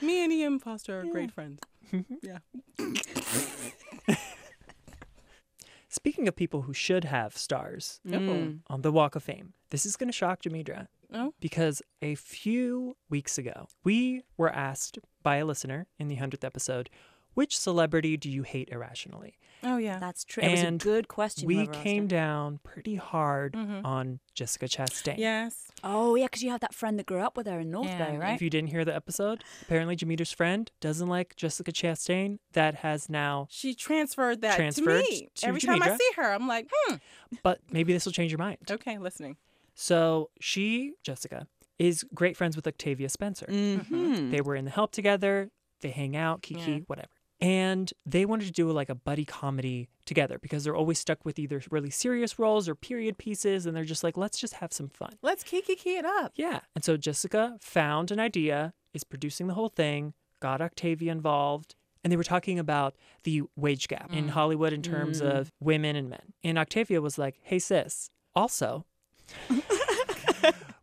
[SPEAKER 1] Me and E.M. Foster are great friends. yeah.
[SPEAKER 3] Speaking of people who should have stars on the Walk of Fame, this is going to shock Jamidra.
[SPEAKER 1] Oh.
[SPEAKER 3] Because a few weeks ago, we were asked by a listener in the 100th episode, which celebrity do you hate irrationally?
[SPEAKER 1] Oh yeah.
[SPEAKER 2] That's true. It was a
[SPEAKER 3] And
[SPEAKER 2] good question.
[SPEAKER 3] we
[SPEAKER 2] whoever asked
[SPEAKER 3] came
[SPEAKER 2] it.
[SPEAKER 3] down pretty hard on Jessica Chastain.
[SPEAKER 1] Yes.
[SPEAKER 2] Oh yeah, because you had that friend that grew up with her in North
[SPEAKER 1] Yeah.
[SPEAKER 2] Bay,
[SPEAKER 1] If
[SPEAKER 2] right?
[SPEAKER 3] If you didn't hear the episode, apparently Jameter's friend doesn't like Jessica Chastain. That has now,
[SPEAKER 1] She transferred that
[SPEAKER 3] Transferred
[SPEAKER 1] to me.
[SPEAKER 3] to
[SPEAKER 1] Every time I
[SPEAKER 3] Jamaica.
[SPEAKER 1] see her, I'm like, hmm.
[SPEAKER 3] but maybe this will change your mind.
[SPEAKER 1] Okay, listening.
[SPEAKER 3] So she, Jessica, is great friends with Octavia Spencer.
[SPEAKER 1] Mm.
[SPEAKER 3] They were in the help together. They hang out, kiki, whatever. And they wanted to do like a buddy comedy together because they're always stuck with either really serious roles or period pieces. And they're just like, let's just have some fun.
[SPEAKER 1] Let's kiki key it up.
[SPEAKER 3] Yeah. And so Jessica found an idea, is producing the whole thing, got Octavia involved. And they were talking about the wage gap in Hollywood in terms of women and men. And Octavia was like, hey, sis, also,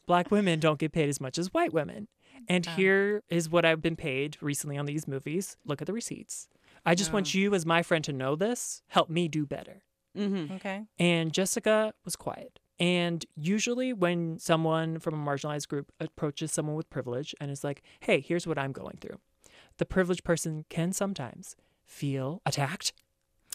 [SPEAKER 3] black women don't get paid as much as white women. And here is what I've been paid recently on these movies. Look at the receipts. I just want you, as my friend, to know this. Help me do better
[SPEAKER 1] Okay.
[SPEAKER 3] and Jessica was quiet. And usually, when someone from a marginalized group approaches someone with privilege and is like, hey, here's what I'm going through, the privileged person can sometimes feel attacked.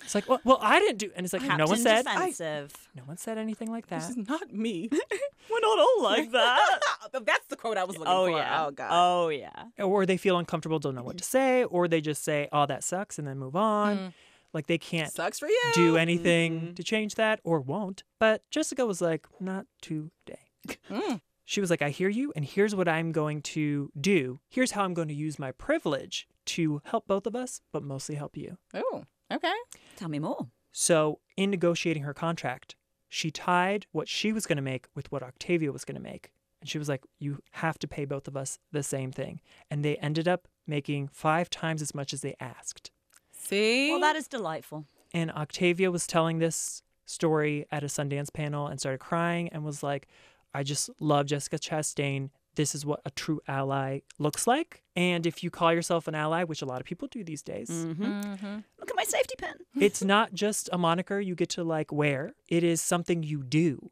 [SPEAKER 3] It's like, well, well I didn't do, and it's like, no one
[SPEAKER 2] Captain
[SPEAKER 3] said,
[SPEAKER 2] defensive.
[SPEAKER 3] no one said anything like
[SPEAKER 1] This
[SPEAKER 3] that.
[SPEAKER 1] is not me.
[SPEAKER 2] We're not all like that.
[SPEAKER 1] That's the quote I was looking
[SPEAKER 2] oh
[SPEAKER 1] for.
[SPEAKER 2] yeah.
[SPEAKER 1] Oh god.
[SPEAKER 2] Oh yeah.
[SPEAKER 3] Or they feel uncomfortable, don't know what to
[SPEAKER 1] Mm-hmm.
[SPEAKER 3] say, or they just say, oh, that sucks, and then move on. Like they can't
[SPEAKER 1] Mm. Sucks for you. Mm-hmm.
[SPEAKER 3] do anything to change that or won't. But Jessica was like, not today.
[SPEAKER 1] Mm.
[SPEAKER 3] She was like, I hear you, and here's what I'm going to do. Here's how I'm going to use my privilege to help both of us, but mostly help you.
[SPEAKER 1] Oh, okay.
[SPEAKER 2] Tell me more.
[SPEAKER 3] So, in negotiating her contract, she tied what she was going to make with what Octavia was going to make. And she was like, You have to pay both of us the same thing. And they ended up making five times as much as they asked.
[SPEAKER 1] See.
[SPEAKER 2] Well, that is delightful.
[SPEAKER 3] And Octavia was telling this story at a Sundance panel and started crying and was like, I just love Jessica Chastain. This is what a true ally looks like. And if you call yourself an ally, which a lot of people do these days,
[SPEAKER 2] Mm. Look at my safety pin.
[SPEAKER 3] it's not just a moniker you get to like wear, it is something you do.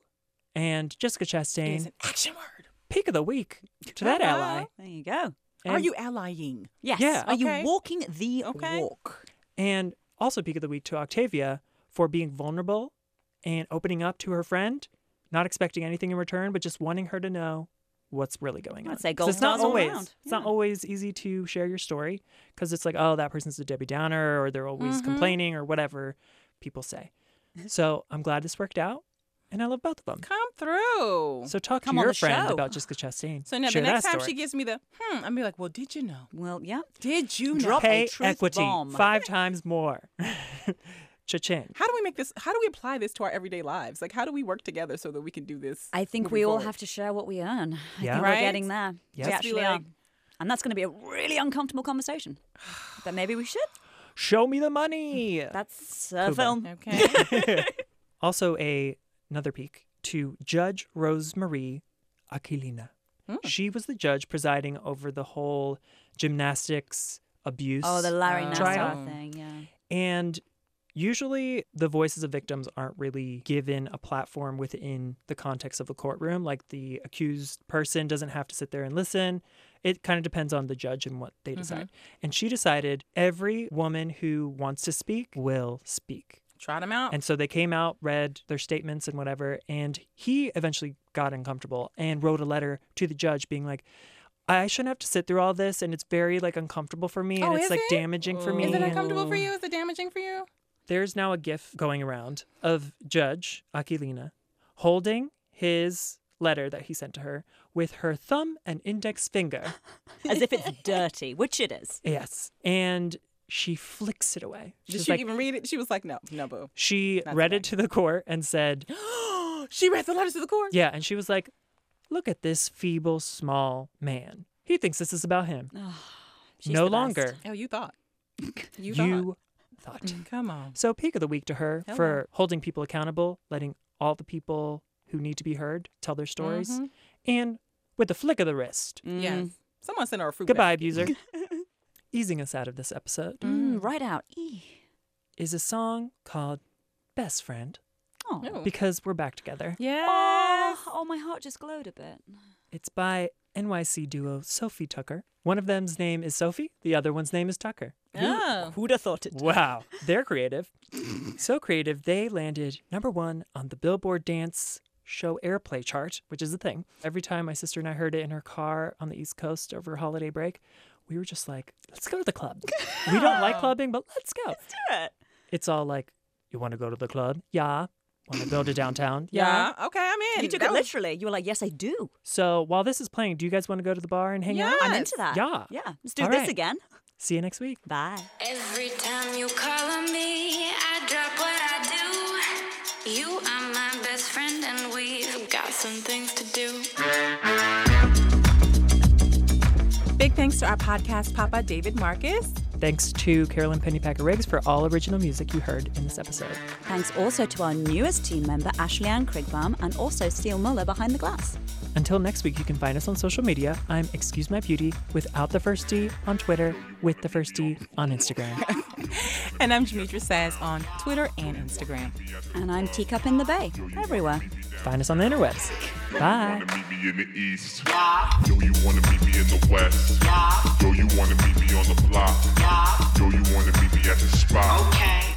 [SPEAKER 3] And Jessica
[SPEAKER 1] is
[SPEAKER 3] Chastain,
[SPEAKER 1] an action word.
[SPEAKER 3] pick of the week to that ally.
[SPEAKER 2] There you go.
[SPEAKER 1] Are
[SPEAKER 3] And-
[SPEAKER 1] you allying?
[SPEAKER 2] Yes.
[SPEAKER 3] Yeah.
[SPEAKER 2] Are
[SPEAKER 1] Okay.
[SPEAKER 2] you walking the
[SPEAKER 1] Okay.
[SPEAKER 2] walk?
[SPEAKER 3] And also pick of the week to Octavia for being vulnerable and opening up to her friend, not expecting anything in return, but just wanting her to know what's really going on.
[SPEAKER 2] I'd say
[SPEAKER 3] 'Cause
[SPEAKER 2] gold
[SPEAKER 3] it's not
[SPEAKER 2] stars all
[SPEAKER 3] always
[SPEAKER 2] around.
[SPEAKER 3] it's not
[SPEAKER 2] Yeah.
[SPEAKER 3] always easy to share your story because it's like, oh, that person's a Debbie Downer or they're always
[SPEAKER 2] Mm-hmm.
[SPEAKER 3] complaining or whatever people say. So I'm glad this worked out, and I love both of them.
[SPEAKER 1] Come through.
[SPEAKER 3] So talk
[SPEAKER 2] Come
[SPEAKER 3] to
[SPEAKER 2] on
[SPEAKER 3] your
[SPEAKER 2] the
[SPEAKER 3] friend
[SPEAKER 2] show.
[SPEAKER 3] about Jessica Chastain.
[SPEAKER 1] So now
[SPEAKER 3] Share
[SPEAKER 1] the next
[SPEAKER 3] that
[SPEAKER 1] time
[SPEAKER 3] story.
[SPEAKER 1] she gives me the hmm, I'm be like, well, did you know?
[SPEAKER 2] Well, yeah.
[SPEAKER 1] Did you know?
[SPEAKER 2] Drop a
[SPEAKER 3] pay
[SPEAKER 2] truth
[SPEAKER 3] equity
[SPEAKER 2] bomb.
[SPEAKER 3] five times more. Cha-ching.
[SPEAKER 1] How do we make this? How do we apply this to our everyday lives? Like, how do we work together so that we can do this?
[SPEAKER 2] I think
[SPEAKER 1] moving
[SPEAKER 2] we all
[SPEAKER 1] forward?
[SPEAKER 2] have to share what we earn. I
[SPEAKER 3] Yeah.
[SPEAKER 2] think
[SPEAKER 1] Right?
[SPEAKER 2] we're getting there.
[SPEAKER 3] Just
[SPEAKER 2] We
[SPEAKER 3] be
[SPEAKER 2] actually are.
[SPEAKER 1] like-
[SPEAKER 2] And that's going to be a really uncomfortable conversation. But maybe we should.
[SPEAKER 3] Show me the money.
[SPEAKER 2] That's a
[SPEAKER 3] Cuba.
[SPEAKER 2] film.
[SPEAKER 1] Okay.
[SPEAKER 3] also a another peek to Judge Rosemarie Aquilina. She was the judge presiding over the whole gymnastics abuse.
[SPEAKER 2] Oh, the Larry
[SPEAKER 1] Oh.
[SPEAKER 2] Nassar
[SPEAKER 3] Trial.
[SPEAKER 2] thing. Yeah.
[SPEAKER 3] and usually the voices of victims aren't really given a platform within the context of a courtroom. Like the accused person doesn't have to sit there and listen. It kind of depends on the judge and what
[SPEAKER 1] Mm-hmm.
[SPEAKER 3] they decide. And she decided every woman who wants to speak will speak.
[SPEAKER 1] Trot them out.
[SPEAKER 3] And so they came out, read their statements and whatever. And he eventually got uncomfortable and wrote a letter to the judge being like, I shouldn't have to sit through all this. And it's very like uncomfortable for me.
[SPEAKER 1] Oh,
[SPEAKER 3] and
[SPEAKER 1] is
[SPEAKER 3] it's like
[SPEAKER 1] it?
[SPEAKER 3] damaging for me.
[SPEAKER 1] Is it
[SPEAKER 3] and
[SPEAKER 1] uncomfortable for you? Is it damaging for you?
[SPEAKER 3] There's now a gif going around of Judge Aquilina holding his letter that he sent to her with her thumb and index finger.
[SPEAKER 2] As if it's dirty, which it is.
[SPEAKER 3] yes. And she flicks it away.
[SPEAKER 1] Did
[SPEAKER 3] She's
[SPEAKER 1] she
[SPEAKER 3] like,
[SPEAKER 1] even read it? She was like, no, no, boo.
[SPEAKER 3] she read it to the court and said,
[SPEAKER 1] She read the letters to the court.
[SPEAKER 3] Yeah, and she was like, "Look at this feeble, small man. He thinks this is about him.
[SPEAKER 2] She's the
[SPEAKER 3] no
[SPEAKER 2] best.
[SPEAKER 3] longer.
[SPEAKER 1] Oh, you thought. You thought.
[SPEAKER 3] You thought.
[SPEAKER 1] Come on.
[SPEAKER 3] So, peak of the week to her
[SPEAKER 2] Oh,
[SPEAKER 3] for holding people accountable, letting all the people who need to be heard tell their stories,
[SPEAKER 2] Mm-hmm.
[SPEAKER 3] and with a flick of the wrist,
[SPEAKER 1] Yes. Someone sent her a fruit.
[SPEAKER 3] goodbye,
[SPEAKER 1] basket.
[SPEAKER 3] abuser. Easing us out of this episode
[SPEAKER 2] Mm, right out. Eeh.
[SPEAKER 3] is a song called "Best Friend"
[SPEAKER 2] Oh.
[SPEAKER 1] No.
[SPEAKER 3] because we're back together.
[SPEAKER 1] Yes.
[SPEAKER 2] Oh, oh, my heart just glowed a bit.
[SPEAKER 3] It's by NYC duo Sophie Tucker. One of them's name is Sophie, the other one's name is Tucker.
[SPEAKER 1] Oh.
[SPEAKER 2] Who'd have thought it?
[SPEAKER 3] Wow, they're creative. so creative, they landed number one on the Billboard Dance Show Airplay chart, which is a thing. Every time my sister and I heard it in her car on the East Coast over holiday break, we were just like, let's go to the club. we don't like clubbing, but let's go. Let's do
[SPEAKER 2] it.
[SPEAKER 3] It's all like, you want to go to the club? Yeah. Want to go to downtown?
[SPEAKER 1] Yeah. Okay, I'm in.
[SPEAKER 2] You took
[SPEAKER 1] That
[SPEAKER 2] it
[SPEAKER 1] was-
[SPEAKER 2] literally. You were like, yes, I do.
[SPEAKER 3] So while this is playing, do you guys want to go to the bar and hang out?
[SPEAKER 2] I'm
[SPEAKER 1] Yes.
[SPEAKER 2] into that.
[SPEAKER 3] Yeah.
[SPEAKER 2] Yeah. Let's do
[SPEAKER 3] All
[SPEAKER 2] this
[SPEAKER 3] right.
[SPEAKER 2] again.
[SPEAKER 3] See you next week.
[SPEAKER 2] Bye.
[SPEAKER 6] Every time you call on me, I drop what I do. You are my best friend, and we've got some things to do.
[SPEAKER 1] Big thanks to our podcast Papa David Marcus.
[SPEAKER 3] Thanks to Carolyn Pennypacker Riggs for all original music you heard in this episode.
[SPEAKER 2] Thanks also to our newest team member, Ashley Ann Krigbaum, and also Steele Muller behind the glass.
[SPEAKER 3] Until next week, you can find us on social media. I'm Excuse My Beauty without the first D on Twitter, with the first D on Instagram.
[SPEAKER 1] And I'm Jamitra Saz on Twitter and Instagram.
[SPEAKER 2] And I'm Teacup in the Bay, everywhere.
[SPEAKER 3] Find us on the interwebs. Bye.
[SPEAKER 7] wanna meet me in the east? Yo, you wanna meet me in the west? Yo, you wanna meet me on the block? Yo, you wanna meet me at the spot?
[SPEAKER 6] Okay.